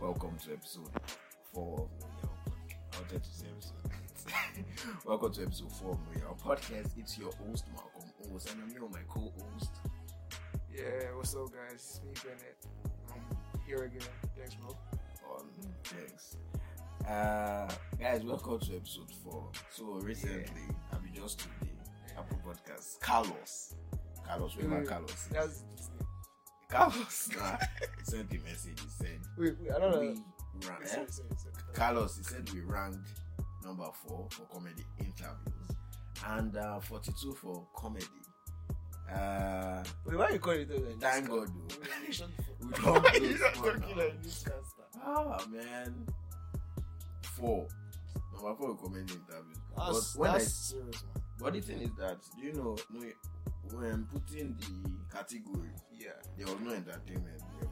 welcome to episode four of Royal. I wanted to say episode. welcome to episode four of Royal Podcast. It's your host Malcolm Oz, and I'm here with my co-host. Yeah, what's up, guys? It's me, Bennett. I'm here again. Thanks, bro. Um, thanks, uh, guys. Welcome to episode four. So recently, I mean, just today, Apple Podcast, Carlos, Carlos, where am Wait, Carlos? That's his name. Carlos nah, sent the message. He said Wait, wait, I don't know. we ran. Wait, sorry, sorry, sorry. Carlos, he said we ranked number four for comedy interviews and uh, 42 for comedy. Uh, Wait, why you call it that? thank God, though. We We don't Why do you not sport talking now. like newscaster? Ah, man. Four. Number four for comedy interviews. That's, but, when that's I, serious, man. but the thing is that, do you know, no, when putting the category, Yeah, there was no entertainment. There was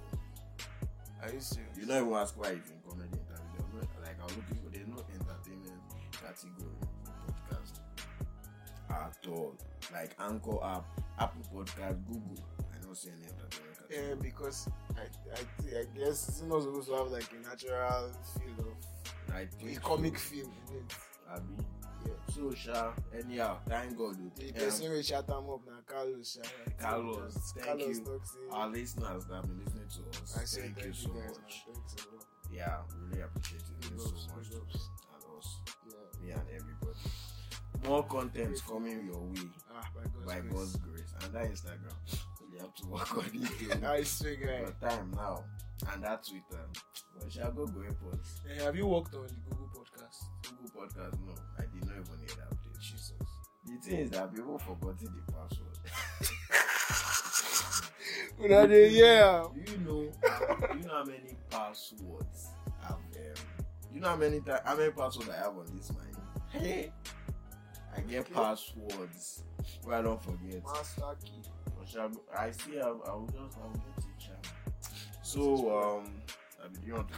are you serious? You don't even ask why it's in comedy interview. There's no, like I was looking for there's no entertainment category for podcast at all. Like Anchor app, Apple Podcast, Google. I don't see any entertainment category. Yeah, because I, I, thi- I guess it's not supposed to have like a natural feel of I a think comic so, feel. in it. Abi. Yeah. So sha, anyhow, thank God. we The think, person um, we chat him up now, Carlos. sha. Carlos, Just thank Carlos you. talks in. Our listeners that have been listening to us, I say thank, you so much. Man. Thanks a lot. Yeah, really appreciate it. Thank you Big ups, so much big to ups. and us, Yeah. me and everybody. More contents Grateful. coming your way. Ah, by God's by grace. God's grace. And that Instagram, you have to work on it. I swear, guy. Your time now. And that Twitter. But shall go go airports. Eh, have you worked on the Google podcast? Google podcast, no. I did not even hear that update. Jesus. The thing is that people forgot the password. Una dey hear. Do you know how, you know how many passwords I've um, you know how many ti- how many passwords I have on this mind? Hey. I get Okay. passwords. Well I don't forget. Master key. But shall go- I still have I will just I will get it champ. So, um, I mean, do you want to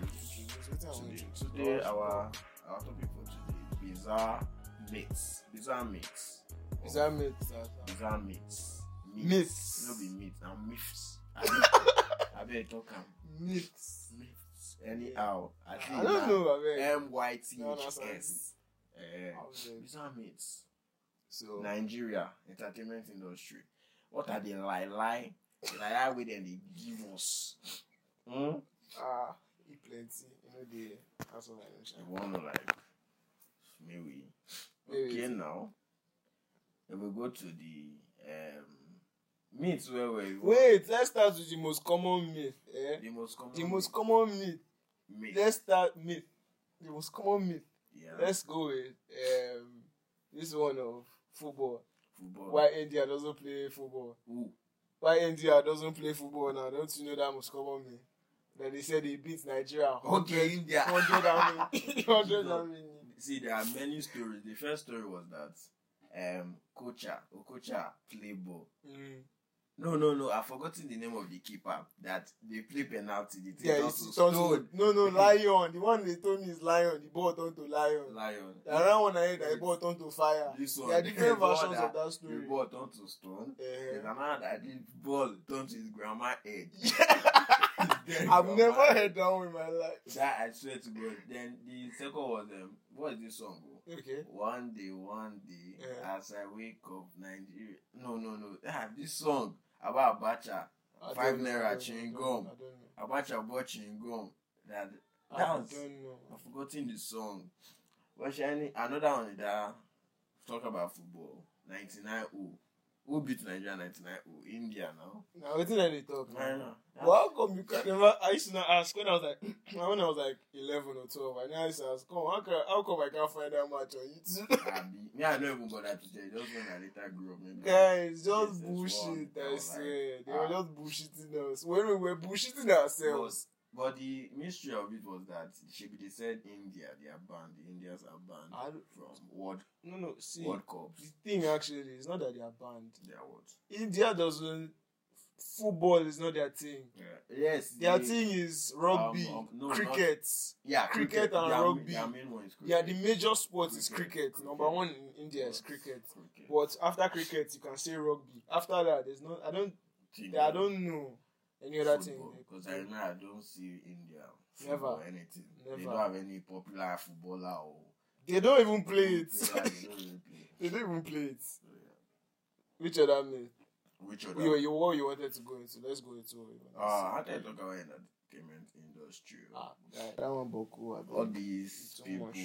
introduce today? Today, our our topic for today: bizarre mates, bizarre mates, Is that mate? sir? bizarre mates, Myths. No be mates, and myths. I bet talk am Myths. myths. Anyhow, I think I don't know, I mean. um, M Y T No, no, H sorry. S. Eh, How is it? Bizarre mates. So, Nigeria entertainment industry. What are they lie lie? The lie lie way dem dey give us. Hmm? ah, e plenty. You know the that's what I know. sha. You wanna like maybe Maybe. okay now. Then we go to the um meat where we Wait, let's start with the most common myth. Eh? the most common The most common myth. meat. Let's start myth. The most common myth. yeah, Let's go with um, this one of football. football. Why India doesn't play football? Who? Why India doesn't play football now? Don't you know that most common myth? That they said they beat Nigeria. Okay, India. 100 how many? 100 how many? See, there are many stories. The first story was that um Kocha Okocha play ball. Mm. No, no, no. I've forgotten the name of the keeper that they play penalty. The thing Yeah, yeah, it's to stone turned to- No, no, lion. The one they told me is lion. The ball turned to lion. lion. The other one I heard, the ball turned to fire. This one, There are different the ball versions that- of that The story. ball turned to stone. There's Eh, another that the ball turned to his grandma head. Then I've grandma- never heard that one in my life. that. I swear to God. Then the second was um, what is this song? oh? Okay. One day, one day, Yeah. as I wake up, Nigeria. No, no, no. Ah, this song about Abacha. I Five don't know, naira I don't chewing know, I don't gum. know, I don't know. Abacha bought chewing gum. That That Ah, I was- don't know. I've forgotten the song. Well, Shani, another one that talk about football. 99 0. Who beat Nigeria 99 0? India now. Now wetin I dey talk now? Man, that- But how come you can never? I used to not ask when I was like when I was like eleven or twelve. I now used to ask, come how can how come I can't find that match on YouTube? Abi. Me, I don't even bother to tell you. Just when I later grew up, maybe. Yes, Guys, just there's bullshit. one. I I was swear like, they were ah. just bullshitting us when we were bullshitting ourselves. But the mystery of it was that she they said India, they are banned. The Indians are banned I don't- from World, No, no. Ah. See, World Cups. the thing actually is not that they are banned. They are what? India doesn't. Football is not their thing. Yeah. Yes. Their they- thing is rugby, um, no, not- cricket. Yeah, cricket and Their- rugby. Their main one is cricket. Yeah, the major sport is Cricket, cricket. cricket. Number one in India is cricket. Cricket. But after cricket, you can say rugby. After that, there's no. I don't. Team. I don't know. Any other football, thing? Because I remember I don't see India Never. football or anything. They Never. don't have any popular footballer or They don't even play it. Yeah, they don't really play. they don't even play it. So, yeah. Which other name? Which other? You, you, what you wanted to go into? Let's go into it. uh, how did I talk about entertainment industry? ah, guy, that one boku. I All beg. these Too people. much.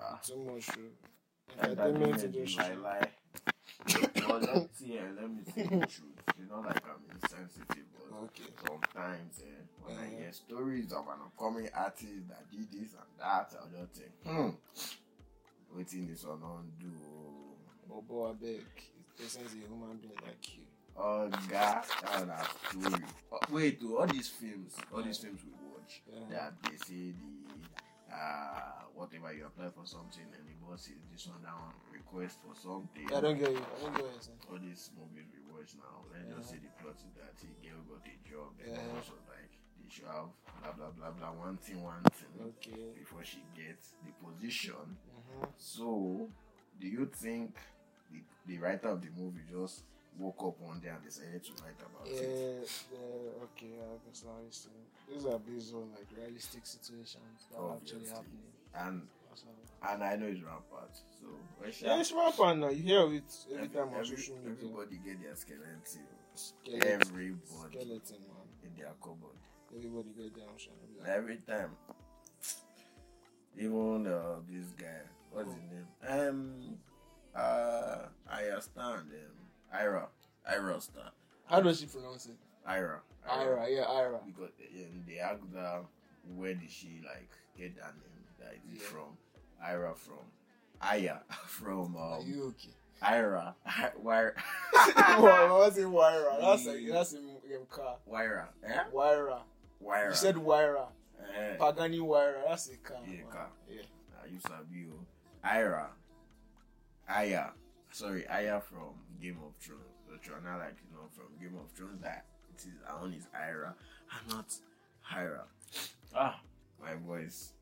Ah, Too much. oh. entertainment Entertainment industry. My life. Well, let's see, eh, let me see the truth. You know, like I'm insensitive, but Okay. sometimes eh, when I Mhm. hear stories of an upcoming artist that did this and that, I just think, hmm, waiting this one on do. Bobo, I beg. This person's a human being like you. Oh, God, that one has story. Oh, wait, oh, all these films, all these films we watch, Yeah. that they say the uh, whatever you apply for something and the boss says this one, that one request for something. Yeah, I don't get you. I don't get what you're saying. all these movies we watch now, let's just say the plot is that he girl got a job and Yeah. also like they should have blah blah blah blah one thing one thing Okay. before she gets the position. Mm-hmm. So do you think the, the writer of the movie just woke up one day and decided to write about Yeah, it? yeah, okay, I guess now you see. These are based on like realistic situations that are actually Obviously. happening. And That's all. and I know it's rampant. So when she- Yeah, it's rap and now you hear of it every every- time on every- social media. everybody get their skeleton. Skeleton, Everybody skeleton, man. in their cupboard. Everybody get down, shall we? Like, Every time. Even uh, this guy, what's his name? Um, uh, Ira Stan, um, Ira, Ira Stan, How does she pronounce it? Ira, Ira, yeah, Ira. Because um, they asked her where did she like get that name? That is it Yeah. from Ira from Aya from Are um, you okay? Ira, Wira, Why was it Wira? That's a The- that's a um, car. Wira, eh? Wira. Wira. You said Wira. eh. Pagani Wira. That's a car. Yeah, man. car. Yeah. I used to be Ira. Aya. Sorry, Aya from Game of Thrones. But you're not like you know from Game of Thrones that it is her own is Ira. I'm not Ira. Ah my voice.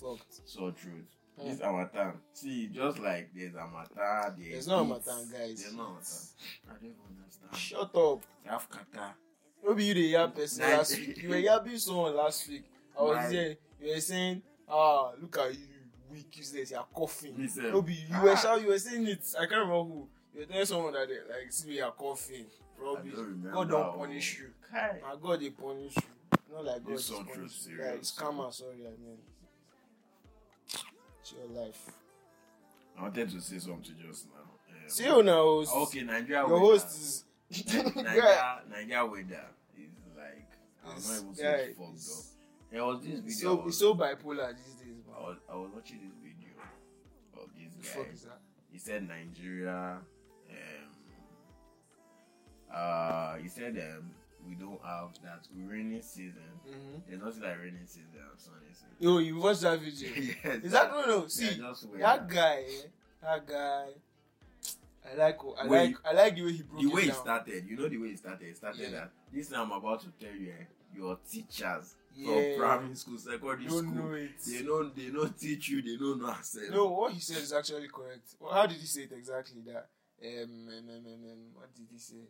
Fucked. So truth. Hmm. It's Amatan. See, just like there's Amatan, there's There's no it. Amatan, guys. There's no Amatan. I don't understand. Shut up. They have kata. Maybe you the yap person Nah, last week. You were yapping someone last week. I was Nah. there. You were saying, ah, look at you, weak useless. You're Me coughing. sef. Maybe you were Ah. shout. You were saying it. I can't remember who. You were telling someone that they, like, see, you're coughing. Rubbish. I don't remember. God don't oh. punish you. Kai. My God, they punish you. Not like God. This is so true, punish you. serious. Yeah, it's karma. Sorry, I mean. It's your life. I wanted to say something just now. Um, See you now. host. Okay, Nigeria. Your winner. host is. Yeah. Nigeria, Nigeria weather is like I'm not This even guy say it's fucked is- up. There was this video. I, It's so, it's was, so bipolar these days, I, man. was, I was watching this video of The this guy. fuck is that? He said Nigeria. Um, uh, he said um, we don't have that rainy season. Mm-hmm. There's nothing like rainy season and sunny season. Yo, you watched that video. yes, Is that no no? they are See just weather. that guy, eh, that guy. I like I Wait. like I like the way he broke the it way it down. started, you know the way it started. It started Yeah. that this thing I'm about to tell you, eh, your teachers Yeah. from primary school, secondary You school, don't know they it. don't they don't teach you, they don't know ourselves. No, what he said is actually correct. Well, how did he say it exactly? That um, um, um, um, um, what did he say?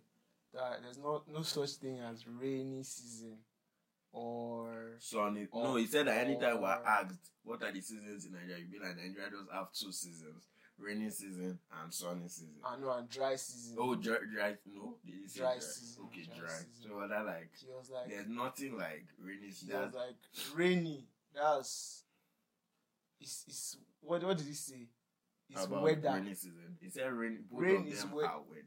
That there's not no such thing as rainy season, or Sonny, Oh. no, he said that anytime we're Oh. asked what are the seasons in Nigeria, you be like Nigeria just have two seasons, rainy season and sunny season. I know, and dry season. Oh, dry, dry no, they didn't say Ah. Dry dry. season, Okay, dry dry. season. So what I like, she was like, there's nothing like rainy she season. was like rainy. That's it's it's what what did he say? It's about weather. rainy season. He said rain. Both Rain of is them wea- are weather.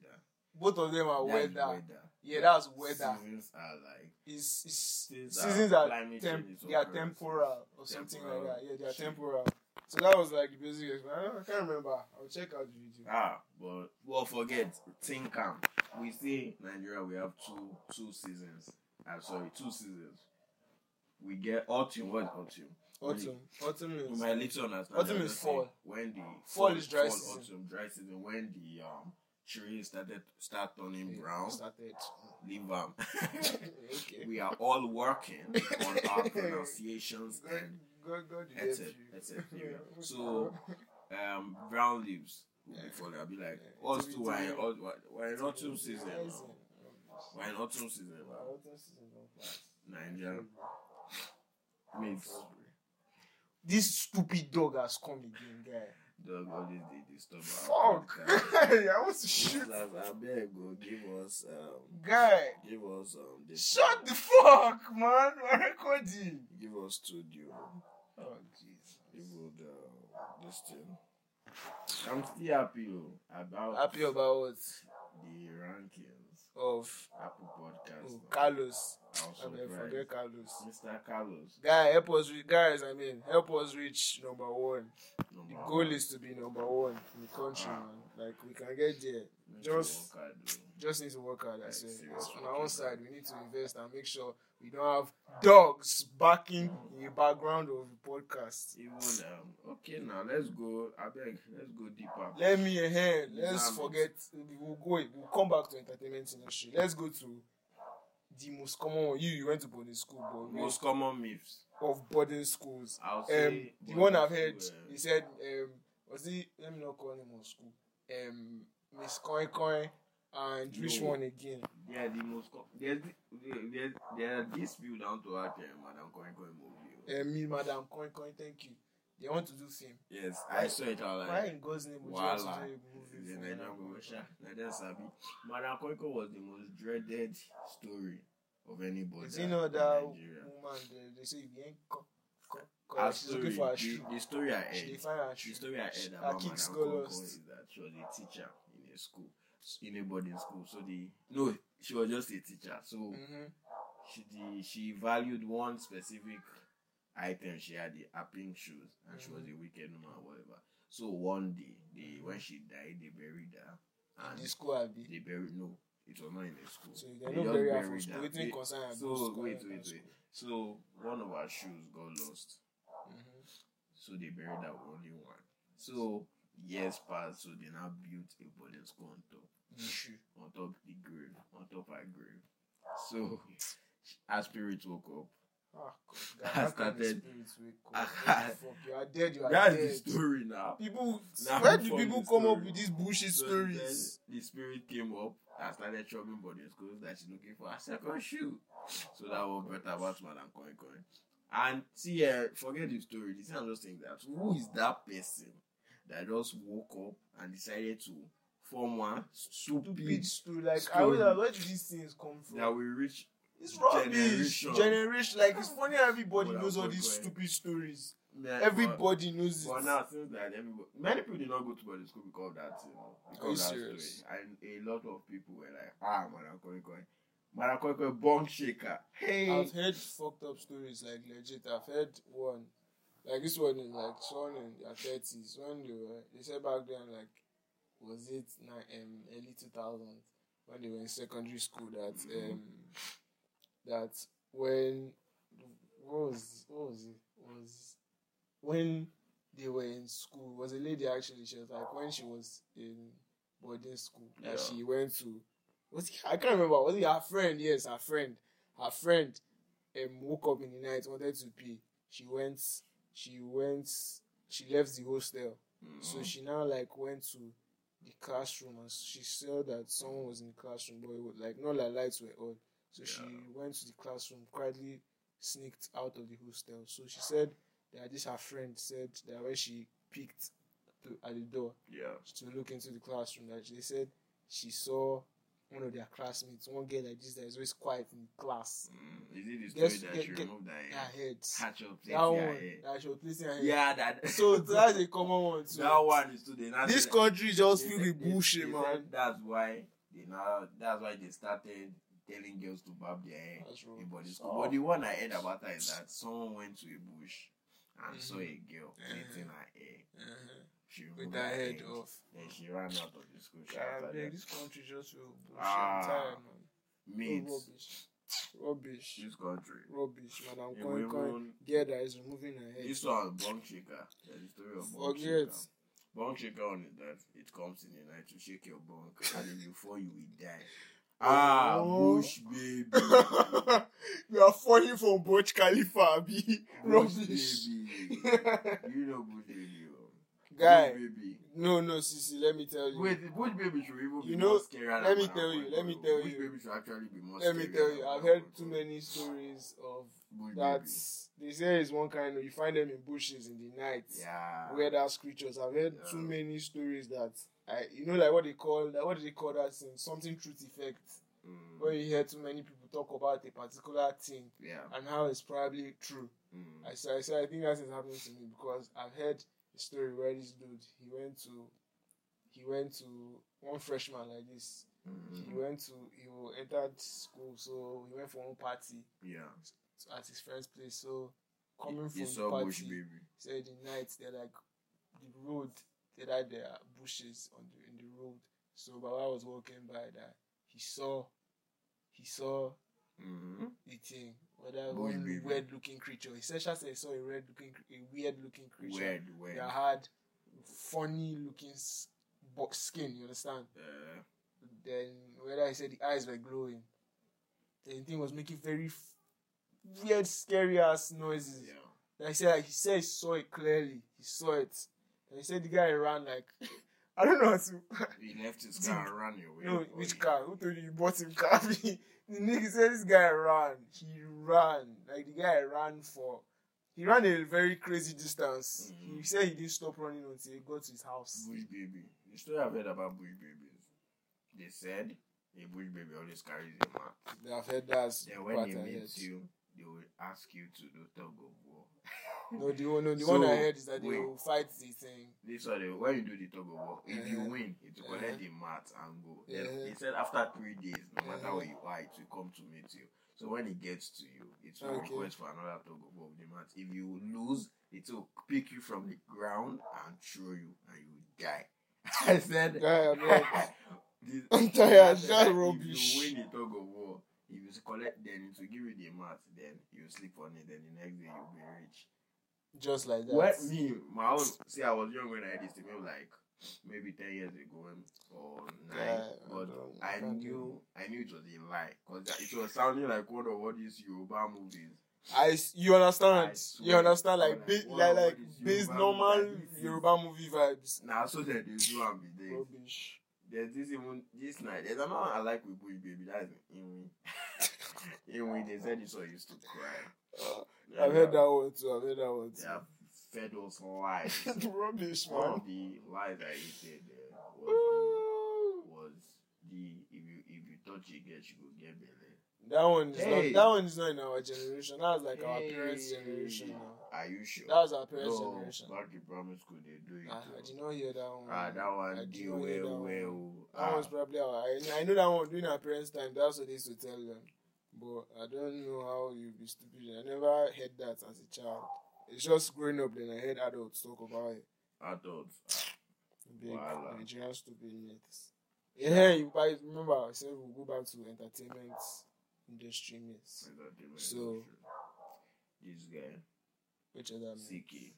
Both of them are That is weather. Yeah, that's weather. Seasons are like It's, it's Seasons are seasons are climate temp- change is they are occurrence. temporal or something like Temporal that. Yeah, they are shit. temporal. So that was like the basic. explanation. I, don't- I can't remember. I'll check out the video. ah, but well, forget think camp. We say Nigeria, we have two two seasons. I'm sorry, two seasons. We get autumn. What is autumn? Autumn, autumn You is might need to understand. Autumn I'm is just saying fall. When the Fall is dry season. Autumn dry season. When the um trees started start turning Yeah, brown, Started. leave them. okay. we are all working on our pronunciations God, and God, God, you That's help it. you. That's it. Yeah. Yeah. So, um brown leaves will Yeah. be falling. I'll be like, Yeah. us It's two are in between- us- we're in autumn season. Yes, now. We're in autumn season. Our autumn season don't pass. Nigerian mates. This stupid dog has come again, guy. Dog always they disturb our Fuck! podcast. I want to shoot. Just as I beg, go give us, um, Guy, give us, um, this. shut the fuck, man. We're recording. Give us studio. Oh, jeez. Give us the, this thing. I'm still happy oh, about Happy about what? the rankings. Of Apple Podcast. oh, Carlos. I was I mean, surprised. forget Carlos. Mr. Carlos. Guy, help us reach. Guys, I mean, help us reach number one. The number goal one. is to be number one in the country, man. Like we can get there. Make just- sure work hard, though. Just need to work hard. I Like, say. serious On our work. own side, we need to invest and make sure we don't have dogs barking in the background of the podcast. Even um, okay now let's go. I beg, let's go deeper. Let me ahead. Let's Damn it. forget. We'll go. We'll come back to entertainment industry. Let's go to the most common one. You, you went to boarding school, but we- Most common myths. of boarding schools. I'll um, say the one one or I've two, heard, um, he said, um, was he? Let me not call him on school. Um, Miss Coin Coin and which No. one again? They are the most. Com- there's the- there there are these few down to earth here, Madam Koi Koi movie. oh. Uh, me, Madam Coin Coin. Thank you. They want to do film. Yes, I saw it. I was Why like, in God's name would you want to do voila. a This movie is a for Nigerian movie, Madam sha. Nigerian sabi. Madam Koi Koi was the most dreaded story of Koi? anybody. Is it not in that Nigeria. woman? They, they say if you ain't co- co- Her co- she's story, looking for a the, shoe. the story I She they heard. find a The shoe. story I heard Her about Madam kicks go Koko lost. is that she was a teacher in a school, in a boarding school. So the no, she was just a teacher. So Mm-hmm. she the, she valued one specific item. She had the her pink shoes, and she was a Mm. wicked woman, whatever. So one day, they when she died, they buried her, and The school I be. they buried no, it was not in the school. So if they They no just bury her for buried school, her. wetin They- concern her? so, school, wait, her wait, school. wait. so one of her shoes got lost. Mhm. So they buried that only one. So years passed, so they now built a boarding school on top, The shoe. on top the grave, on top her grave. So her spirit woke up. Ah, God, I God, how can the started- spirits wake I- up? What the fuck? You are dead, you are That's the dead. story now. People, Nah, where we do found people the come up story. with these bullshit So stories? then the spirit came up and started troubling boarding schools that she's looking for a second shoe. So that was better about Madam Koi Koi. And see, uh, forget the story. This is just saying that who is that person that just woke up and decided to form one Stupid stupid story. Like, I story. would have, where do these things come from? that will reach it's rubbish. Generation. generation. Like, it's funny how everybody Well, I'm knows all going these going. stupid stories. man, Everybody But, knows it. but now since that everybody, many people did not go to boarding school because of that you know, because Are you of that serious? story. And a lot of people were like, ah, Madam Koi Koi. Madam Koi Koi bomb shaker. Hey. I've heard fucked up stories, like, legit. I've heard one. Like, this one is like someone in their 30s. When they were, they said back then, like, was it nine, um, early 2000 when they were in secondary school that um that when what was what was it was when they were in school was a lady actually she was like when she was in boarding school that Yeah. she went to was it, I can't remember was it her friend yes her friend her friend um woke up in the night wanted to pee she went she went she left the hostel Mm-hmm. Mm. so she now like went to the classroom and she saw that someone was in the classroom, but it was like not like lights were on. So she Yeah. went to the classroom, quietly sneaked out of the hostel. So she said that this her friend said that when she peeked to, at the door yeah. to look into the classroom, that they said she saw one of their classmates, one girl like this that is always quiet in class. Mm, is it the story Let's that get- she get- removed that hair? Her head, Hatch up that yeah, one, hair? that she was placing her head. Yeah, that. So that's a common one too. that one is today. This country is just filled with bullshit, man. That's why they now. That's why they started telling girls to barb their hair. That's wrong. in boarding school. Oh. But the one I heard about that is that someone went to a bush and Mhm. saw a girl knitting her hair. Uh-huh. She Mm-hmm. With removed her head off. Then she ran out of the school. She God, after man, that. this country just filled with bullshit. Ah, I'm tired, man. Mates, Oh, Rubbish. Rubbish. this country. Rubbish, man. I'm Hey, going, we going. won't- Girl that is removing her head. This one, Bong Shaker. There's the story of Bong Shaker. Forget. Bong Shaker on it that it comes in the night to shake your bunk and then before you will die. Ah, Oh. bush baby. you are falling from Burj Khalifa, abi. Bush Rubbish. baby. You know bush baby. oh. Guy, Bush baby. No, no, Sisi, let me tell you. Wait, which baby should even be You more know, scary? than let me Burna tell you, Boy, let me though? tell which you. Which baby should actually be more Let me scary tell than you, Burna I've heard Boy, too though? many stories of Which that. baby? They say it's one kind of you find them in bushes in the night. Yeah. Weird ass creatures. I've heard Yeah. too many stories that I, you know, like what they call, like what do they call that thing? Something truth effect. Mm, When you hear too many people talk about a particular thing yeah. and how it's probably true. Mm. I say, I say, I think that's has happened to me because I've heard a story where this dude he went to, he went to one freshman like this. He Mm. went to he wa- entered school, so he went for one party Yeah. at his friend's place. So coming He- he from the saw Bush party, baby. so in the night they're like the road, they like there are bushes on the in the road. So Baba was walking by that he saw, he saw Mm-hmm. the thing. Whether Bush baby. one weird looking creature. He said, Shasta saw a red looking, cr- a weird looking creature Weird, weird. that had funny looking s- bo- skin. You understand? Uh, Then whether he said the eyes were glowing, the thing was making very f- weird, scary ass noises. yeah. Then he said, he said he saw it clearly. He saw it. And he said the guy ran like, I don't know how to. He left his Dude, car and ran away. No, Oh, which yeah. car? Who told you you bought him car? the nigga said this guy ran. He ran. Like the guy ran for he ran a very crazy distance. Mhm. He said he didn't stop running until he got to his house. Bush baby. The story I've heard about bush babies. They said a bush baby always carries a mark. They have heard that's Then when they meet you, they will ask you to do tug of war. No, the one no, the So, one I heard is that they wait. will fight the thing. This one, they- when you do the tug of war, if you Uh-huh. win, it will Uh-huh. collect the mat and go. Then Uh-huh. They said after three days, no matter Uh-huh. where you are, it will come to meet you. So when it gets to you, it will Okay. request for another tug of war with the mat. If you lose, it will pick you from the ground and throw you, and you will die. I said, Guy, I'm like, This- I'm tired, If that's you rubbish. win the tug of war, if you collect, then it will give you the mat. Then you sleep on it. Then the next day you'll be rich. just like that. What me, my own. See, I was young when I had this thing. Maybe like maybe ten years ago um, or nine. Yeah, I but don't- I I, can't knew, I knew it was a lie because it was sounding like one of all these Yoruba movies. I s- you understand? I swear. You understand like I'm ba- like, wow, like like what is based Yoruba normal movie? This is- Yoruba movie vibes. Now, so that there's no ambiguity. Rubbish. There's this even this night. There's another one I like with Bush Baby. That's Inwi. Inwi. They said this one used to cry. Uh, I've heard that one too. I've heard that one They have too. fed us lies. Rubbish, one man. of the lies I hated uh, was, the, Ooh. was the if you if you touch a girl, she will get belly. That one is Hey. not. That one is not in our generation. That was like our Hey. parents' generation. Now. Are you sure? That was our parents' no, generation. back in primary school they do it. Ah, oh. I did not hear that one. Ah, that I one did deal not hear well, that one. well. ah, That one's probably our. I, I know that one during our parents' time. That's what they used to tell them. But I don't know how you be stupid. I never heard that as a child. It's just growing up. Then I heard adults talk about it. Ah, adults. Big Voila. Nigerian stupidness. Yeah, you guys remember I said we'll go back to entertainment industry mates. Entertainment So- industry. this guy Which other mates? Siki.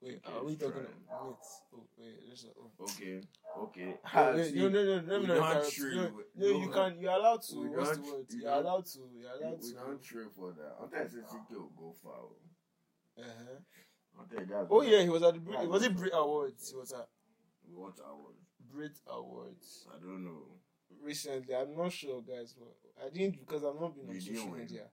Wait, Okay, are we talking Shrine. about mates? Oh, wait, there's a, oh. Okay, okay. No, Ah, wait, see, no, no, no, let we don't me not interrupt. train No, with- no, no, you can. You're allowed to. we What's the don't- word? we You're don't- allowed to. You're we, allowed we don't to. train for that. I thought Siki will go far. oh. Uh-huh. I thought that's Oh yeah, he was at the Yeah, Brit. Was we it don't- Brit Awards? He was at What hours? Brit Awards I don't know. recently. I'm not sure, guys. But I didn't because I've not been on He didn't social win. media.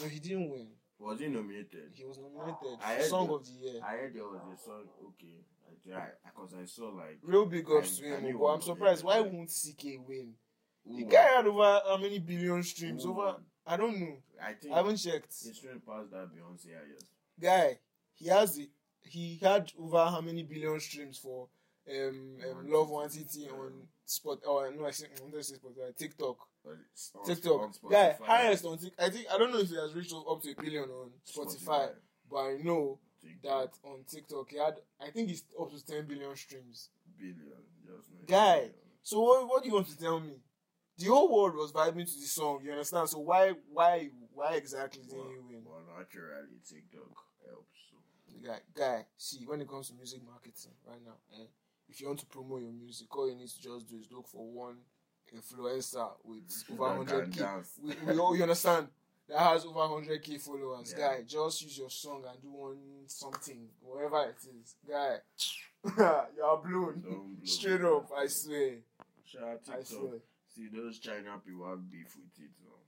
No, he didn't win. Was he nominated? He was nominated I for heard Song that. of the Year. I heard there was a song. Okay, I tried because I saw like Real big ups I- to I knew him, but one I'm of surprised. them. Why won't CK win? who The won- guy had over how many billion who streams? won. Over I don't know. Oh, I think I haven't checked. it's stream past that Beyonce. I guess. Guy, he has the, he had over how many billion streams for um, um One Love One City. City Yeah. on Spot or no I said I wanted to say Spotify, TikTok. But it's on- on TikTok. Spotify. Guy, highest on TikTok. I think I don't know if he has reached up to a billion on Spotify, but I know that TikTok, on TikTok he had I think he's up to ten billion streams. billion. Just nice. Guy. So what, what do you want to tell me? The whole world was vibing to the song, you understand? So why why why exactly didn't Well, you win? well, naturally, TikTok helps. So. Guy, guy, see when it comes to music marketing right now, eh, if you want to promote your music, all you need to just do is look for one influencer with over That can hundred k. dance. We, we all, you understand that has over hundred k followers. Yeah. Guy, just use your song and do one something, whatever it is. Guy, you are blown. Don't blow. Straight up, I swear. Sha, I TikTok. swear. See, those China people have beef with TikTok.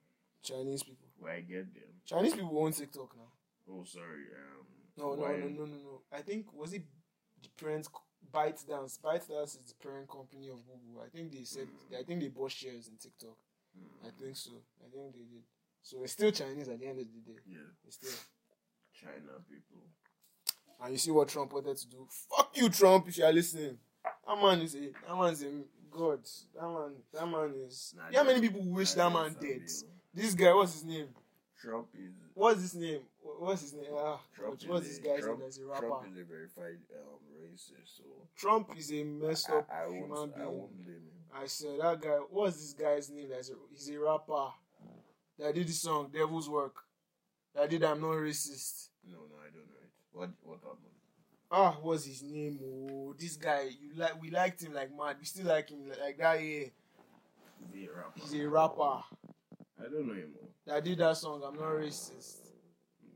Chinese people. Where I get them. Chinese people own TikTok now. Oh, sorry. Um, No, no, why- no, no, no, no. I think was it the parent co- ByteDance? ByteDance is the parent company of Google. I think they said. I think they bought shares in TikTok. Hmm. I think so. I think they did. So it's still Chinese at the end of the day. Yeah, It's still. China people. And you see what Trump wanted to do? Fuck you, Trump! If you are listening, that man is a that man is a god. That man, that man is. Nah, You know how many that- people wish Nah, that man that's dead? unreal. This guy, what's his name? Trump is What's his name? Wha- What's his name? Ah, Trump is what's a- this guy's Trump, name? As a rapper. Trump is a verified um, racist, so Trump is a messed up I, I human won't I being. won't blame him. I, said that guy. What's this guy's name? That's a, he's a rapper that did the song "Devil's Work." That did "I'm Not Racist." No, no, I don't know it. What what happened? Ah, what's his name? Oh, this guy. You like? We liked him like mad. We still like him like, like that. Yeah, Is he a rapper? he's a rapper I don't know him. oh. that did that song. I'm not racist.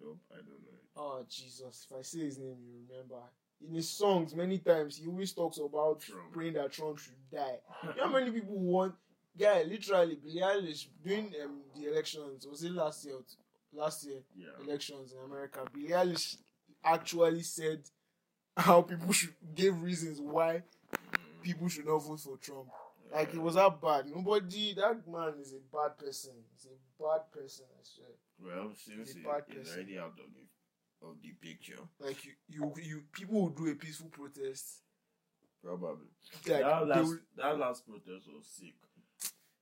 Nope, I don't know it. Oh Jesus! If I say his name, you remember. In his songs, many times he always talks about Trump. praying that Trump should die. You know how many people want guy literally Billie Eilish during um, the elections was it last year or t- last year yeah. elections in America Billie Eilish actually said how people should give reasons why people should not vote for Trump like it was that bad nobody that man is a bad person he's a bad person I swear Mm. Well, since the he bad is person. already out of the of the picture, like you you, you people will do a peaceful protest probably. like that they last will, that last protest was sick.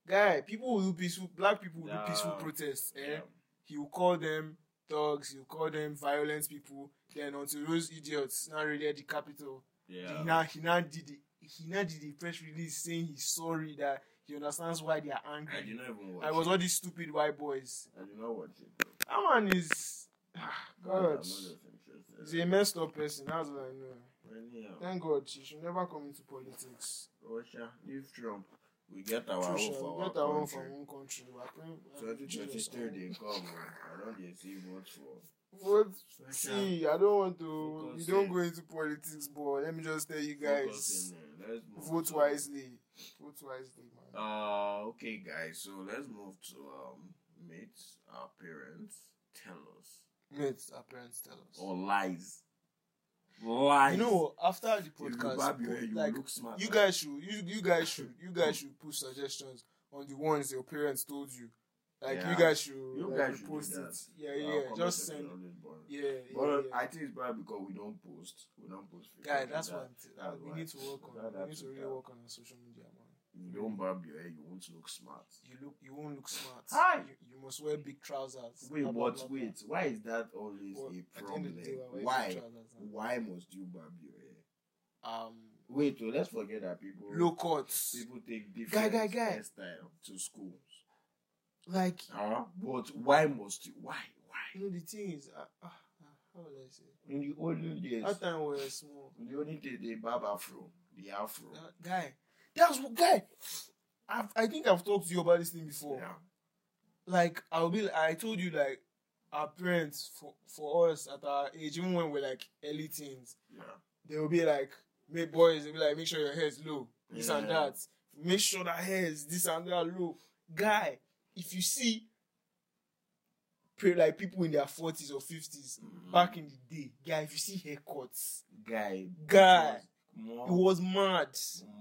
guy people will do peaceful black people will do peaceful Yeah. protests eh? Yeah. he will call them thugs, he will call them violent people. Then until those idiots now raided the capital, he Yeah. now he now did the, he now did the press release saying he's sorry that he understands why they are I did angry. not even watch I was it. all these stupid white boys. I did not watch it. though. That man is ah, I'm not God. as He's interested. a messed up person. That's what I know. Anyhow, Thank God he should never come into politics. Russia, leave Trump. We get our True, own sha, for we our get our own country. from one country. We are praying- we are religious. 2023 they come oh. I don't dey see vote for. What? Russia, See, I don't want to. Focus You don't in. go into politics, but let me just tell you focus guys. in there. Let's move Vote to- wisely. Vote wisely, man. Uh, okay, guys. So let's move to um mates. Our parents tell us Mates, our parents tell us. or lies. Lies. you know, after the If you podcast, barb your hair, you like look smart. you guys should, you, you guys should, you guys should put suggestions on the ones your parents told you. Like Yeah. you guys should, You like, guys should do post that. it. Yeah, Our yeah. comment Just section send. always boring. Yeah, yeah. But yeah. I think it's probably because we don't post. We don't post. Guy, frequently. that's That- what I'm t- that's we why. need to work on. That- we need that's to it, really that. work on our social media, man. If you don't barb your hair, you won't look smart. You look, you won't look smart. Hi. You, you must wear big trousers. Wait, blah, blah, blah, what? blah. Wait, why is that always Well, a at the end problem? of the day, we're wearing Why? big trousers now. Why must you barb your hair? um Wait, so let's forget that people low cuts. people take different guy, guy. hairstyle to schools. Like Huh? But why must you? Why? Why? you know the thing is, uh, uh, how will I say? In the olden days, That time we were small, in the only day they barb afro, the afro. that guy. That's what guy. I've, I think I've talked to you about this thing before. Yeah. Like I'll be, I told you like our parents for for us at our age, even when we're like early teens, Yeah. they will be like, make boys, they'll be like, make sure your hair is low, this and Yeah. that. Make sure that hair is this and that low. Guy, if you see pre- like people in their 40s or 50s back in the day, guy, if you see haircuts, Mm. Guy. Guy. it More was mad.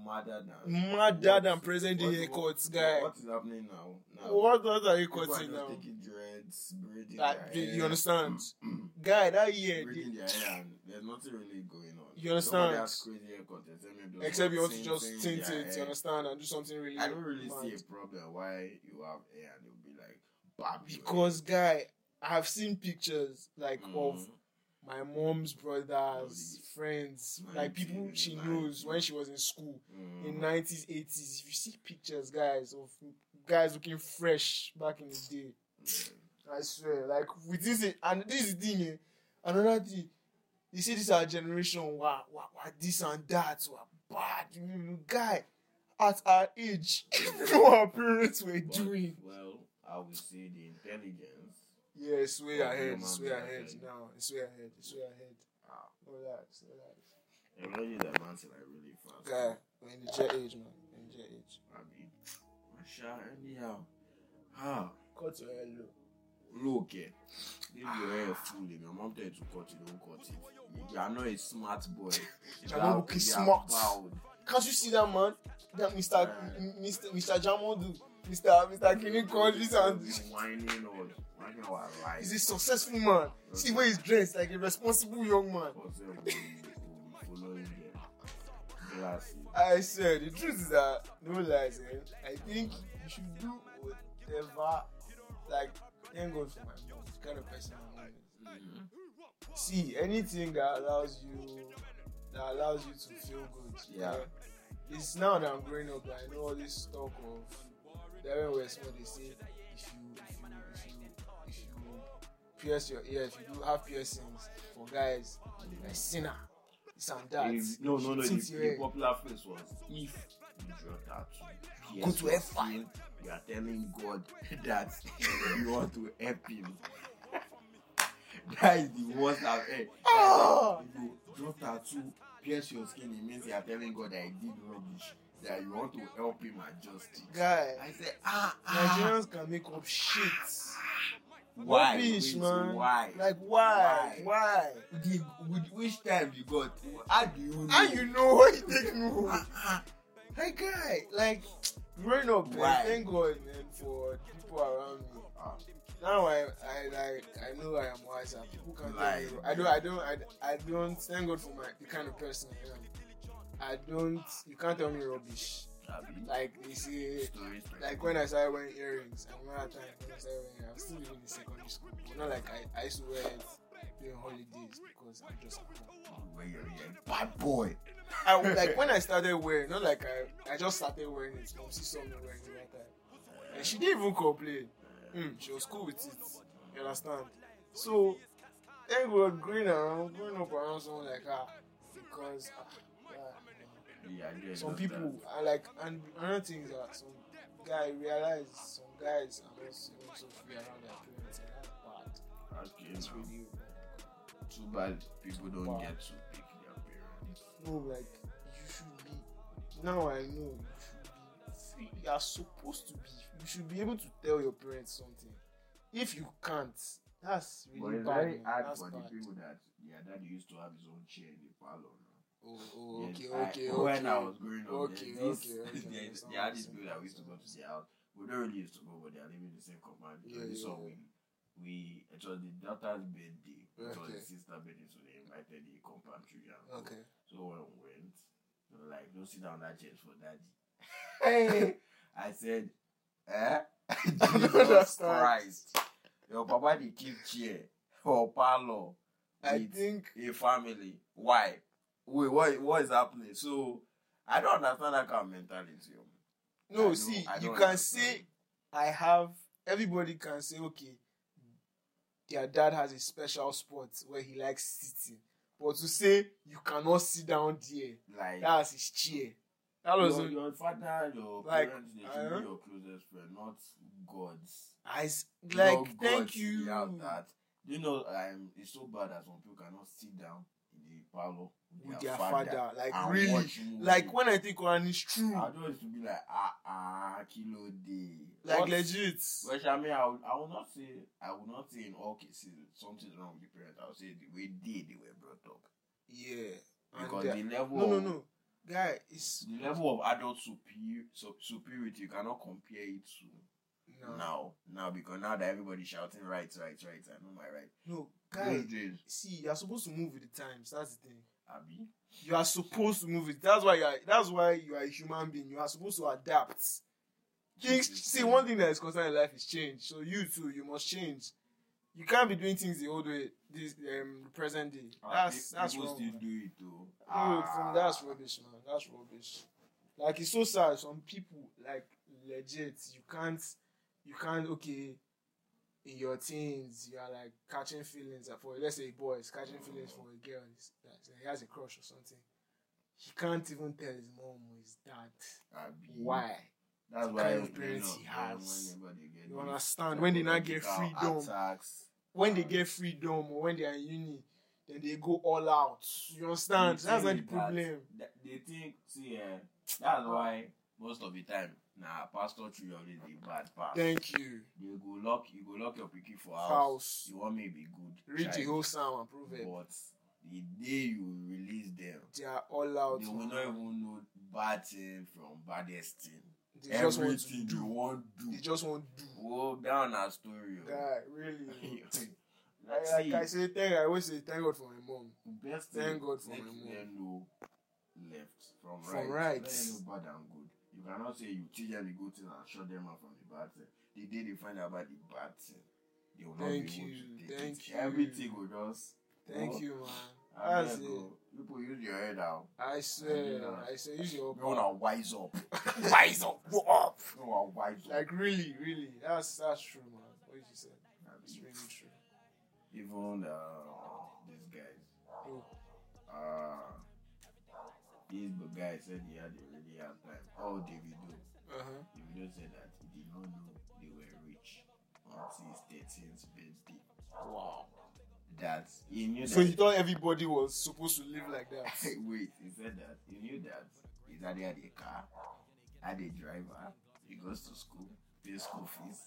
madder than Madder What- than present day what- haircuts, guy. What is happening now? Now. What, what are you People are cutting just now? taking dreads, braiding Like, their you hair. understand? Mm. Guy, that year, they- breathing their air and there's nothing really going on. You understand? Nobody has crazy hair contest. I mean, those except you want to same just thing tint their it, you hair. understand, and do something really I don't really mad. see a problem why you have hair and you'll be like, Bab your Because guy, I've seen pictures like hair. of Mhm. my mom's brothers, friends, like people she 1990s. knows when she was in school Mhm. in nineties, eighties. If you see pictures, guys, of guys looking fresh back in the day, Mhm. I swear, like with this eh, and this is the thing, eh, another thing. You see, this our generation, wow, wow, wow, this and that, wow, bad, you know, guy. At our age, what our parents were But, doing. Well, I would say the intelligence. Yeah, it's way Of ahead. human It's way ahead being. now. It's way ahead. It's way ahead. Ah. Relax, relax. Technology is advancing like really fast. Guy, we're in the jet age, man. We're in the jet age. I mean, Masha, anyhow. Ah, Cut your hair low. look, eh. Leave your Ah. hair full. eh. Your mom tell you to cut it, don't cut it. You are not a smart boy. Your mom You are is smart. proud. Can't you see that man? That Mr. Mr. Mr. Jamodu, Mr. Mr. Kenny Collins and whining on, whining our life. he's a successful man. See where he's dressed like a responsible young man. Also, we- we following them. Classy. I said the truth is that no lies. Eh? I think you should do whatever. Like thank God for my mom. The kind of person I'm. Like. see anything that allows you that allows you to feel good. Yeah. eh, It's now that I'm growing up. I know all this talk of that when we're small they say if you if you if you if you pierce your ear, if you do have piercings for guys, you're a sinner. This and that. If- no, no, no. The, Tint your the hair. popular phrase was if you draw tattoo, Go yes, to F5. you you are telling God that you want to help him. that is the worst I've heard. Ah! If you draw tattoo, pierce your skin, it means you are telling God that he did rubbish, that you want to help him adjust it. Guy. I said, ah, ah. Nigerians can make up shit. Why? Rubbish, Wait, man. Why? Like why? Why? Why? the, with which time you got? How do you know? How you know what you take no? Ah, Hey guy, like growing up, man, Why? thank God man for the people around me. ah. Now I, I like I know I am wiser. People can tell me. Right. I don't I don't I, I don't thank God for my the kind of person I am. I don't you can't tell me rubbish. Like they say like when I started wearing earrings, I remember that time when I started wearing I was still living in secondary school. But not like I, I used to wear it during holidays because I'm just at home. when you're a bad boy. I would- like when I started wearing, not like I, I just started wearing it. Mom, she saw me wearing it that time, and she didn't even complain. Mm, she was cool with it. You understand? So, thank God, growing around, growing up around someone like her, because ah, yeah, Yeah, yeah, some that's people are like, and another thing is that some guy realize some guys are not so so free around their parents, and that's bad. that. Okay, It's now, really too bad people don't Wow. get to pick their parents. no like you should be now i know you should be free you are supposed to be you should be able to tell your parents something if you can't that's but really it's bad very man. hard that's for the bad people that their dad used to have his own chair in the parlor. now. oh, oh Yes, okay I- okay okay When I was growing up, okay there, this, okay okay there, understand there are what these you're people that we used to go to their house. We don't really used to go, but they are living in the same compound. Yeah, Yeah, so yeah, we, we, it was the daughter's birthday. It was Okay. the sister's birthday, so they invited the compound children. saying. okay So when we went, they were like, don't sit down on that chair it's for daddy. I said, eh? don't Jesus understand. Christ. Your papa they keep chair for parlor i with think a family. Why? Wait, what, what is happening? So I don't understand that kind of mentality. yo. I no don't- see I you don't can understand. say i have everybody can say okay their dad has a special spot where he likes sitting but to say you cannot sit down there like That's his chair. That was your, your father, your Like, parents, they should uh-huh. be your closest friend, not gods. I s- like Lord God, thank you. we have that. Do you know, um, it's so bad that some people cannot sit down in the parlor With their father, like really, watch movie. like when I think on it's true, I don't used to be like ah ah kilo day. like What- legit. Which I mean, I would, I would not say I would not say in all cases something's wrong with the parents. I would say the way they they were brought up Yeah, and because they- the level no, no, of- no, guy, it's the level of adult superior so, superiority you cannot compare it to no, no, now now because now that everybody's shouting right right right I know my right. guy. Those days, See, you're supposed to move with the times. That's the thing. Abi. You are supposed to move it. That's why you are. That's why you are a human being. You are supposed to adapt. Things. Jesus. See, one thing that is constant in life is change. So you too, you must change. You can't be doing things the old way. This um, the present day. Ah, That's pe- that's people wrong. still man. do it though. Dude, Ah. from that's rubbish, man. That's rubbish. Like it's so sad. Some people like legit. You can't, you can't. Okay, in your teens, you are like catching feelings for let's say a boy is catching feelings for a girl. He's, that's- he has a crush or something. He can't even tell his mom or his dad Abi. why. That's the why kind of you know, parents he when- has. whenever they get You these understand? When they not get psychological freedom, attacks, when they get freedom or when they are in uni, then they go all out. You understand? The thing That's not the is that- problem. that- They think, see, eh, that's why most of the time, nah, pastor children is the bad pass. Thank you. you go lock, you go lock your pikin for house. House. You want me to be good. Read the child, whole psalm and prove it. But the day you release them, They are all out. they will man. not even know bad thing from baddest thing. They just want to Everything you do. want do. They just want to do. Go down our story. oh. Guy, really. Let's I, like I see. say, thank. I always say thank God for my mom. Best Thank thing, God for make my mom. them know left from, right. From right. Let them know bad and good. You cannot say you teach them the good thing and shut them out from the bad thing. The day they find out about the bad thing, they will not Thank be able you, to take thank it. you. Everything will just Thank Oh. you, man. I That's it. People use your head out. I swear. Yeah. I swear. Use your You wanna wise up. wise up. Grow up. You wanna wise up. Like really, really. That's that's true, man. What you said. It's really true. Even uh, these guys. Who? Uh, these guy said he had a really hard time. Oh, Davido. Uh huh. Davido said that he did not know they were rich until his 13th birthday. Wow. That he knew So that. he thought everybody was supposed to live like that. Wait, he said that he knew that his daddy had a car, had a driver, he goes to school, pays school fees,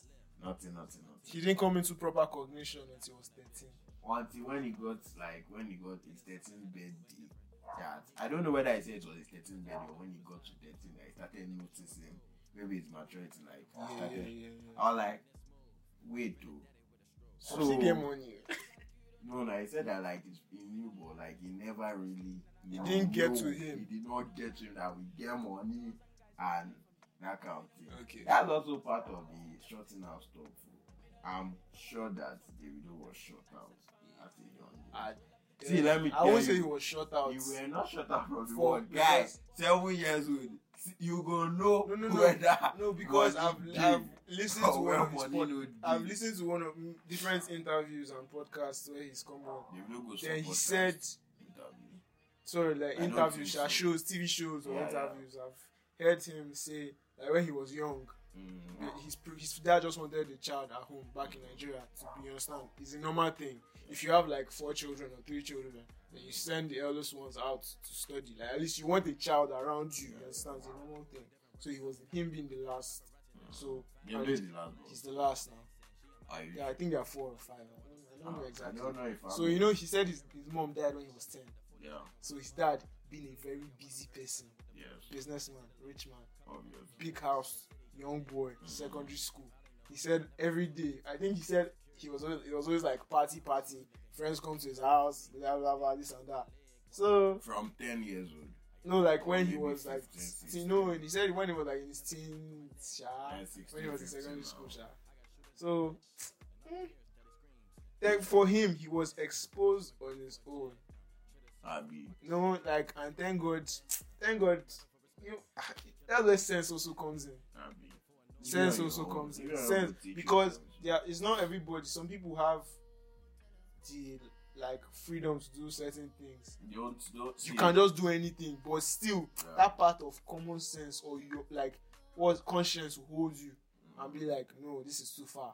nothing, nothing, nothing. he didn't come into proper cognition until he was thirteen. Until when he got like when he got his 13th birthday, that I don't know whether he said it was his 13th birthday or when he got to 13, that he started noticing maybe his maturity, like Yeah, started. yeah, yeah. yeah. I was like, wait, though. So he get So money. no, no, he said that like it's- he knew, but like he never really. He didn't get to him. He did not get to him that we get money and that kind of thing. Okay. That's also part of the shorting out stuff. I'm sure that Davido was short out at a young I, age. See, let me I tell won't say he you, was shut out. you were not short out from the For- world, guys. Seven years old, See, you gonna know No, no, no. whether No, because money I've, dey I've listened to or Oh, one where of his money pod- no I've dey. listened to one of mm, different interviews and podcasts where he's come on. Davido go Then he support said, interview. sorry, like I don't interviews, think so. shows, TV shows or Yeah, yeah. interviews. I've heard him say like when he was young, Mm. his pr- his dad just wanted a child at home back in Nigeria. To be understand, it's a normal thing. If you have like four children or three children, then you send the eldest ones out to study. Like at least you want a child around you. You understand? It's a normal thing. So he was him being the last. So Yeah, and this is Mm. the last one. he's the last now. Are you- Ah, Yeah, I think there are four or five. I don't, I don't know exactly. I don't know if I'm. So you know, he said his, his mom died when he was ten. Yeah. So his dad being a very busy person, Yes. businessman, rich man, Obvious. big house, young boy, secondary school. He said every day. I think he said he was always, he was always like party party. Friends come to his house, blah blah blah, this and that. So From ten years old. no, like when he Maybe was like, 15, 16. you know, and he said when he was like in his teens, sha, Yeah, 16, when he was in 15 secondary now. school, sha. So, eh. like for him, he was exposed on his own. Abi. No, like and thank God, thank God, you. That's where sense also comes in. Abi. Sense You know also your comes own- in. you know your Sense own teaching because comes. yeah, it's not everybody. Some people have the like freedom to do certain things. You don't. don't You can just do anything, but still Yeah. that part of common sense or your like what conscience will hold you and be like, no, this is too far.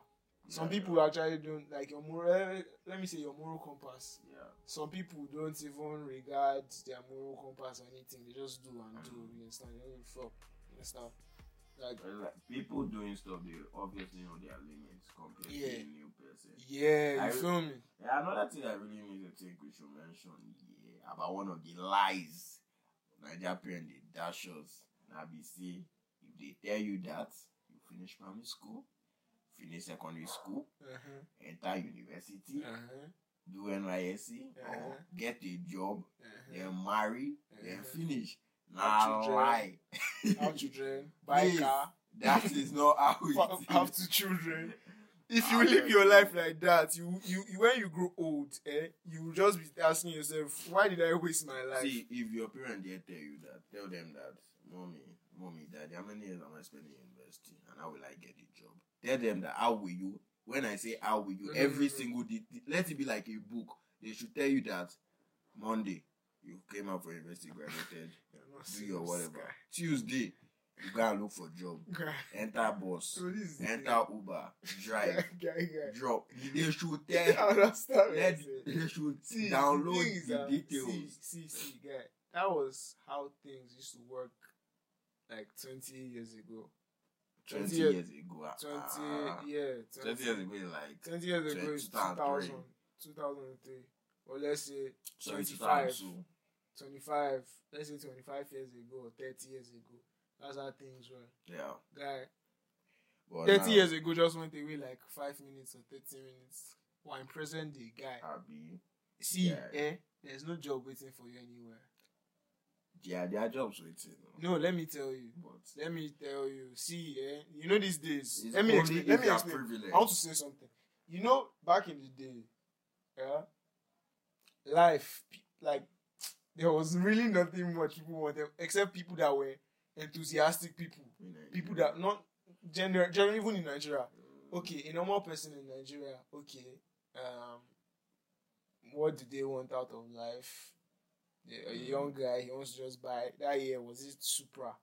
Some Yeah, people yeah. actually don't like your moral. eh, Let me say your moral compass Yeah. some people don't even regard their moral compass or anything. They just do and do. You understand? They don't give a fuck. You understand? Like, But like, people doing stuff, they obviously know their limits compared to Yeah. a new person. yeah, I- you feel me? Yeah, another thing I really need to think we should mention yeah, about one of the lies Nigeria parents they dash us. Now be say if they tell you that you finish primary school, finish secondary school, Uh-huh. enter university, Uh-huh. do NYSC, Uh-huh. or get a job, Uh-huh. then marry, then Uh-huh. finish. Have Now children. lie. Mm-hmm. Have children, buy Yes. a car, That is not how it fa- is. have two children. If Ah, you live yeah. your life like that, you, you, you when you grow old, eh, you will just be asking yourself, why did I waste my life? See, if your parent did tell you that, tell them that, mommy, mommy, daddy, how many years am I spending in university and how will I get a job? Tell them that how will you, when I say how will you, No, no, every no, no. single day, let it be like a book. They should tell you that Monday, you came out for university, graduated, You're not do your serious, whatever. guy. Tuesday, you go and look for job. Guy. Enter bus. So this is the Enter Uber. Drive. thing. Guy, guy, Drop. They should guy. tell. I understand. what Let, you're saying. they should See, download thing is the that- See, details. see, see, guy. That was how things used to work like 20 years ago. 20 20 years ago. ah, 20, ah, yeah. 20 years ago, is like 20 years ago is 2000, 2003. 2003. Or let's say sorry, 25. 2002. 25, let's say 25 years ago or 30 years ago. That's how things were. Yeah. Guy, But 30 now, years ago just went away like 5 minutes or 30 minutes. Well, in present day, guy. Abi, See, Ah, yeah. eh? There's no job waiting for you anywhere. yeah, their jobs waiting. No, let me tell you. But Let me tell you. See, eh? You know these days. it's let me only explain. Let if me you are explain. privileged. I want to say something. You know, back in the day, yeah, life pe- like there was really nothing much people wanted except people that were enthusiastic people, In Nigeria. people that not generally gener- even in Nigeria. Okay, a normal person in Nigeria. Okay, um, what do they want out of life? The, a young guy he wants to just buy that year was it Supra?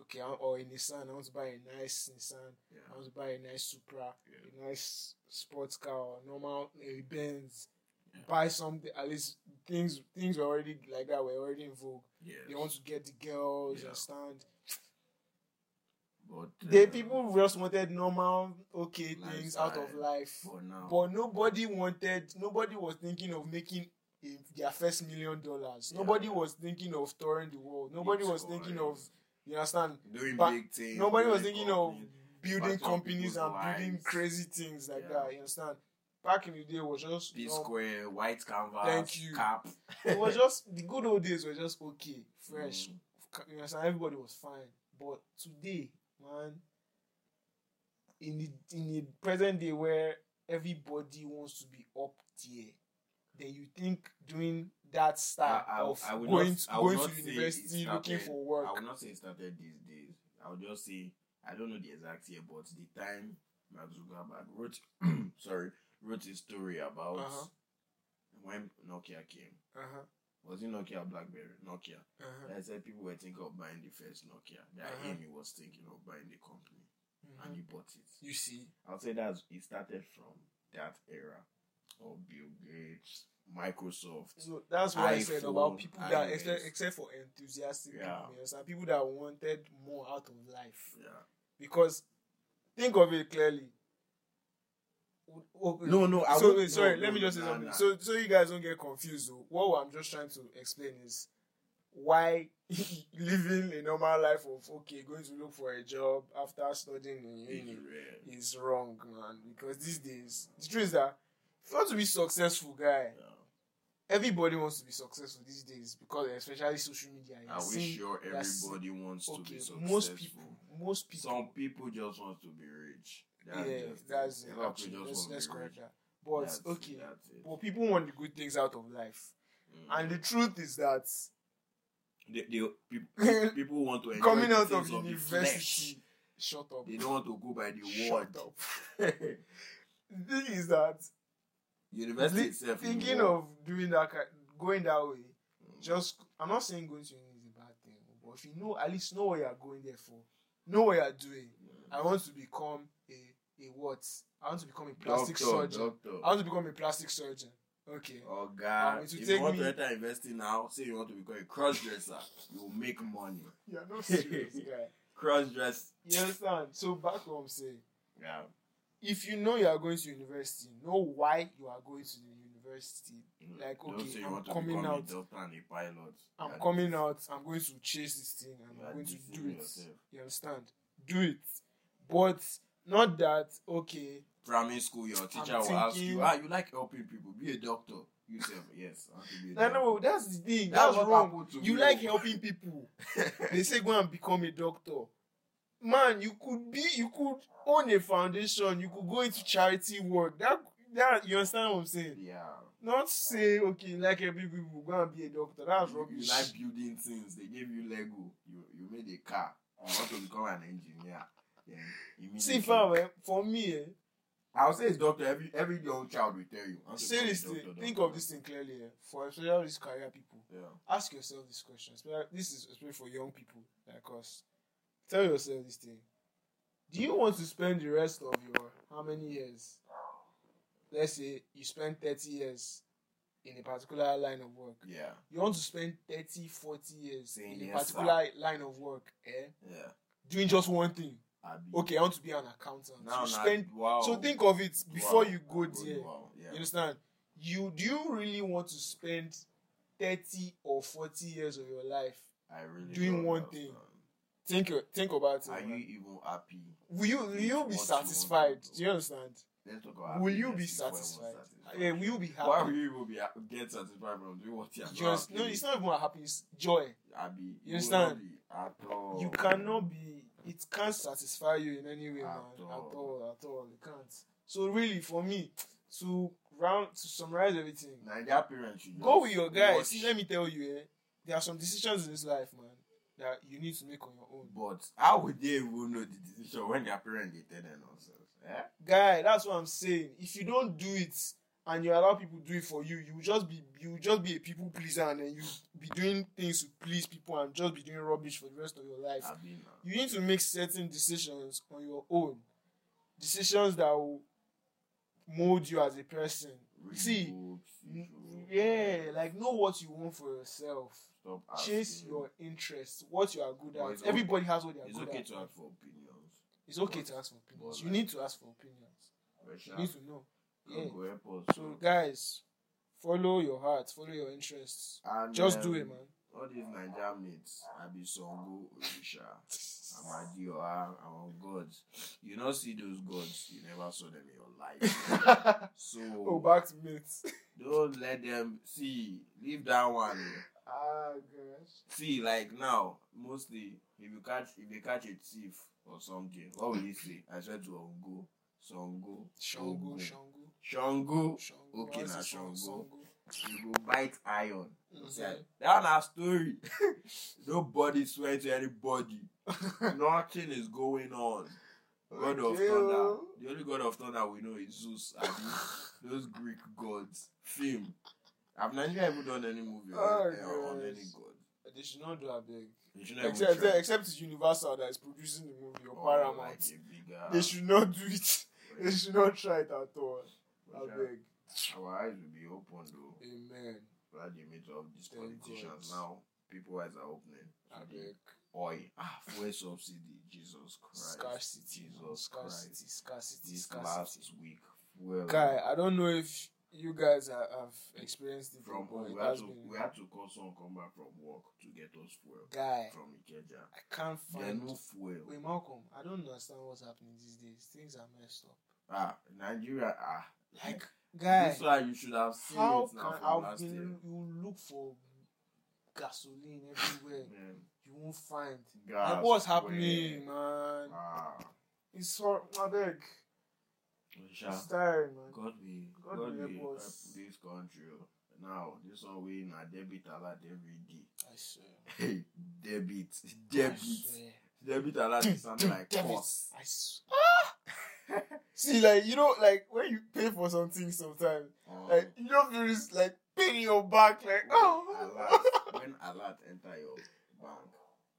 Okay, I- or a Nissan. I want to buy a nice Nissan. I Yeah. want to buy a nice Supra, a nice sports car, or normal a Benz. Yeah. Buy something. At least things things were already like that were already in vogue. Yes. They want to get the girls, Yeah. understand? But They uh, people just wanted normal, okay things out of Lifestyle. life. for now. But nobody wanted. Nobody was thinking of making. a- Their first million dollars. Yeah. Nobody was thinking of touring the world. Nobody was thinking of, you understand, doing but big things. nobody was building thinking of companies. building Impact on companies and people's building lives. crazy things like Yeah. that. You understand? Back in the day, it was just P you know, square, white canvas, Thank you. cap. it was just the good old days were just okay, fresh. Mm. You understand? Everybody was fine. But today, man, in the in the present day where everybody wants to be up there, then you think doing that style I- I- of I would going not- to, I would going not to say it university looking started- for work. I would not say it started these days. I would just say I don't know the exact year, but the time Mark Zuckerberg wrote, sorry, wrote his story about Uh-huh. when Nokia came. Uh-huh, Was it Nokia or BlackBerry? Nokia. uh-huh. I said people were thinking of buying the first Nokia. That Uh-huh. Amy was thinking of buying the company, and Mhm. he bought it. You see, I'll say that it started from that era of Bill Gates, Microsoft, So that's what I said iPhone, about people that iOS. except, except for enthusiastic Yeah. people, you understand? people that wanted more out of life. yeah. Because think of it clearly. Okay. No, no. I so won't- wait, sorry, no, let no, me just say nah, something. nah. So so you guys don't get confused. Though. What I'm just trying to explain is why living a normal life of okay, going to look for a job after studying in It's uni rare. is wrong, man. Because these days the truth is that if you want to be successful guy, Yeah. everybody wants to be successful these days because especially social media. you I are wish seeing- sure you are see- everybody wants to okay, be successful. most people, most people, Some people just want to be rich. That's yeah, just it. that's A it. lot of Actually, people let's just let's want to be correct rich. that. But That's it, okay, that's it. but people want the good things out of life, Mm. and the truth is that They- they- people, people want to enjoy coming the out things of the flesh. university, shut up, They don't want to go by the shut word. up. the thing is that University li- itself. is thinking war. of doing that, ki- going that way, Mm. just I'm not saying going to uni is a bad thing, but if you know at least know what you are going there for, know what you are doing. Mm. I want to become a a what? I want to become a plastic Doctor, surgeon. Doctor. I want to become a plastic surgeon. Okay. Oh God! Um, it will if take you want me- to enter investing now, say you want to become a cross dresser, you'll make money. Yeah, no serious guy. Cross dress. You understand? So back home say, Yeah. if you know you are going to university, know why you are going to the university. Mm. Like, Don't okay, say you I'm want to coming become out. A doctor and a pilot. I'm You are coming dece- out, I'm going to chase this thing, and you I'm are going to do deceiving it. yourself. You understand? Do it. But not that, okay, Primary school, your teacher will ask thinking- you, "Ah, you like helping people? Be a doctor." You say, "Yes, I want to be a No, doctor." no, that's the thing. That's That's, what wrong. happened to You me. oh. like helping people. they say go and become a doctor. Man, you could be, you could own a foundation. You could go into charity work. That, that you understand what I'm saying? Yeah. Not say okay, you like helping people, go and be a doctor. That's You, rubbish. you like building things. They gave you Lego. You you made a car. You want to become an engineer. Then See, immediately- fam, eh, for me, eh, I'll say it's doctor. Every every young child will tell you. "I want to become a seriously, doctor, think doctor, of this thing clearly. Eh, for especially these career people, doctor." Yeah. ask yourself this question. Especially- This is especially for young people like us. tell yourself this thing. Do you want to spend the rest of your how many years? Let's say you spend 30 years in a particular line of work. Yeah. You want to spend 30, 40 years Saying in a yes, sir. particular line of work, eh? Yeah. Doing just one thing. Abi. Okay, I want to be an accountant. Now, you now, spend wow. so think of it before Oh. Wow. you go Good there. wow. You Yeah. understand? You do you really want to spend 30 or 40 years of your life? I really doing don't one understand. Think think about it. Are you man. even happy? will you will you What be you satisfied? want to do. Do you understand? Let's talk about will happiness you be before everyone's satisfied? satisfied. Yeah, will you be happy? Why will you even be ha- get satisfied from doing what you are Just not no, happy it's with? not even a happy. It's joy. Abi, you, will understand? not be at all. You cannot be. It can't satisfy you in any way, At man. all. At all, at all, it can't. So really, for me, to round to summarize everything, Nigeria parents should go just with your guys. watch. See, let me tell you, eh, there are some decisions in this life, man, that you need to make on your own. But how would they even know the decision when their parents they tell them nonsense? Eh? Guy, that's what I'm saying. If you don't do it and you allow people do it for you, you will just be you will just be a people pleaser and then you be doing things to please people and just be doing rubbish for the rest of your life. Abi, na. you need to make certain decisions on your own decisions that will mold you as a person Read see books, you n- should yeah like know what you want for yourself stop chase asking. your interests what you are good But at it's everybody has what they are It's good okay at to ask for opinions. it's okay to but- ask for opinions but you like- need to ask for opinions you need to know yeah. Go help us. oh. so guys follow your heart follow your interests And, just um, do it man All these Nigerian mates, Abi Songo, Orisha, Amadi Oha, our gods. You not see those gods, you never saw them in your life. So oh back to mates don't let them see. Leave that one. ah gosh See, like now, mostly if you catch if they catch a thief or something, what will you say? I said to Ongo, Songo, shango Ogun, shango Shango. Shango. Okay, I na say Shango. Shango. Shango. You go bite iron. Yeah, Mhm. That's our story. Nobody swear to anybody. Nothing is going on. God of Mm-hmm. Okay, thunder. oh. The only god of thunder we know is Zeus. Abi. Those Greek gods. Film. I've never even done any movie on, Oh, eh, on gosh. any god. They should not do that big. You should Except, even except, try. Oh except it's Universal that is producing the movie or Or Paramount. like a bigger- They should not do it. They should not try it at all. I Our beg. eyes will be open though. Amen. Rather the image of these Thank politicians God. now. People eyes are opening. I So the beg. Oil. Ah, fuel subsidy. Jesus Christ. Scarcity. man. Jesus Christ. Scarcity. Scarcity. this Scarcity. last week. Well, Guy, I don't know if you guys have, have experienced it, from but home, it we had has to been. we had to call someone come back from work to get us fuel Guy, from Ikeja. I can't There find. no fuel. Wait, Malcolm, I don't understand what's happening these days. Things are messed up. Ah, Nigeria. Ah, Like, guy, this one you should have seen how it can now from I've last year. been? You look for gasoline everywhere. Man, you won't find. gas, like, what's fuel. happening, man? Ah, It's so I beg. we shall- It's tiring, man. God we God God, will we help help us. this country. oh. Now this one we na debit alert every day. I swear. Hey, debit, I debit, swear. debit alert is something like Damn it. cost. I swear. See, like you know, like when you pay for something, sometimes Um, like you don't feel this like pain in your back, like when oh. alert when alert enter your bank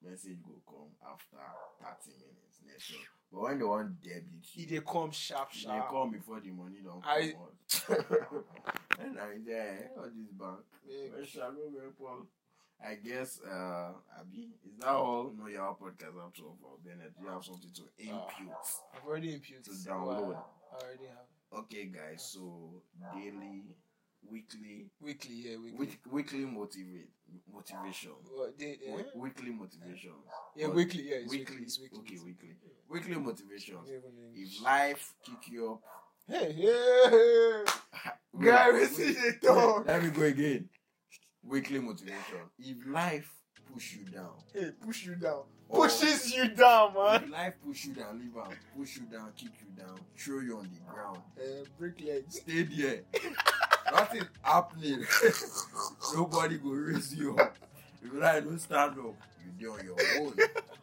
message go come after thirty minutes next one but when they wan debit It you they come sharp, e sharp. dey come before the money don I- comot and i there all this bank Beg. wey shago wey paul i guess uh, abi is that all know your podcast after all for bennett you have something Ah. to impute I've already imputed. to download Wow. I already have. okay guys so daily weekly Weekly, yeah, weekly. week, weekly motivate motivation. Well, they, yeah, Wee- weekly motivation. yeah, But weekly, yeah, it's weekly. Weekly. it's weekly. Okay, it's weekly. weekly. Weekly motivation. Yeah, weekly. If life kick you Hey, hey, up, hey. guy, we see the dog. Let me go again. Weekly motivation. If life push you down, Hey, push you down. or Pushes you down, man. If life push you down, leave am. Push you down, kick you down, throw you on the ground. Uh, break legs. Stay there. Nothing happening. Nobody go raise you up. If life don't stand up, you dey on your own.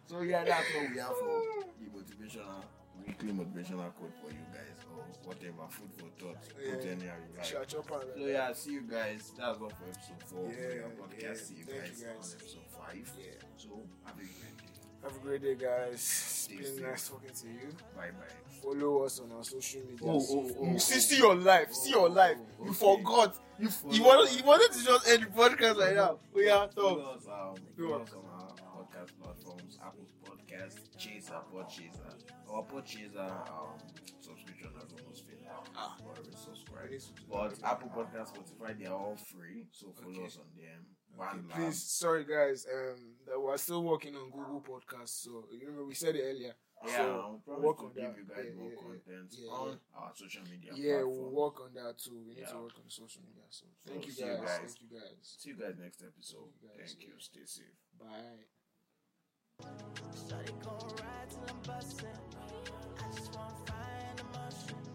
So yeah, that's what we have for the motivational weekly motivational quote for you guys or whatever food for thought put Yeah. anyhow you like. Shall I chop on So yeah, see you guys. That's all for episode four. Yeah, Yeah, podcast. yeah. See you Thank guys, you guys. on episode five. Yeah. So have a great day. Have a great day, guys. It's Stay been nice talking to you. Bye bye. Follow us on our social media. Oh, oh, oh, see, oh. see your life. See your life. Oh, You okay. forgot. You, f- you, wanted, you wanted to just end the podcast like that. We are Follow talk. us, um, follow us on our podcast platforms, Apple Podcasts, Chaser, Podchaser. Our Podchaser um, subscription has almost failed out. Ah. We're already subscribed. We need to do But that. Apple Podcasts, Spotify, they are all free. So follow Okay. us on them. Okay, One please, please. sorry guys, um, that we're still working on Google Podcasts. So you remember we said it earlier. Yeah, so we'll probably work to on give that. you guys Yeah, more yeah, yeah. content Yeah, on yeah. our social media Yeah, we'll platforms. work on that too. We need to Yeah. work on social media. So So, thank you see you guys. guys. Thank you guys. See you guys next episode. See you guys. Thank you. Stay safe. Bye. Shawty gon' ride till I'm bustin'. I just wanna find emotion.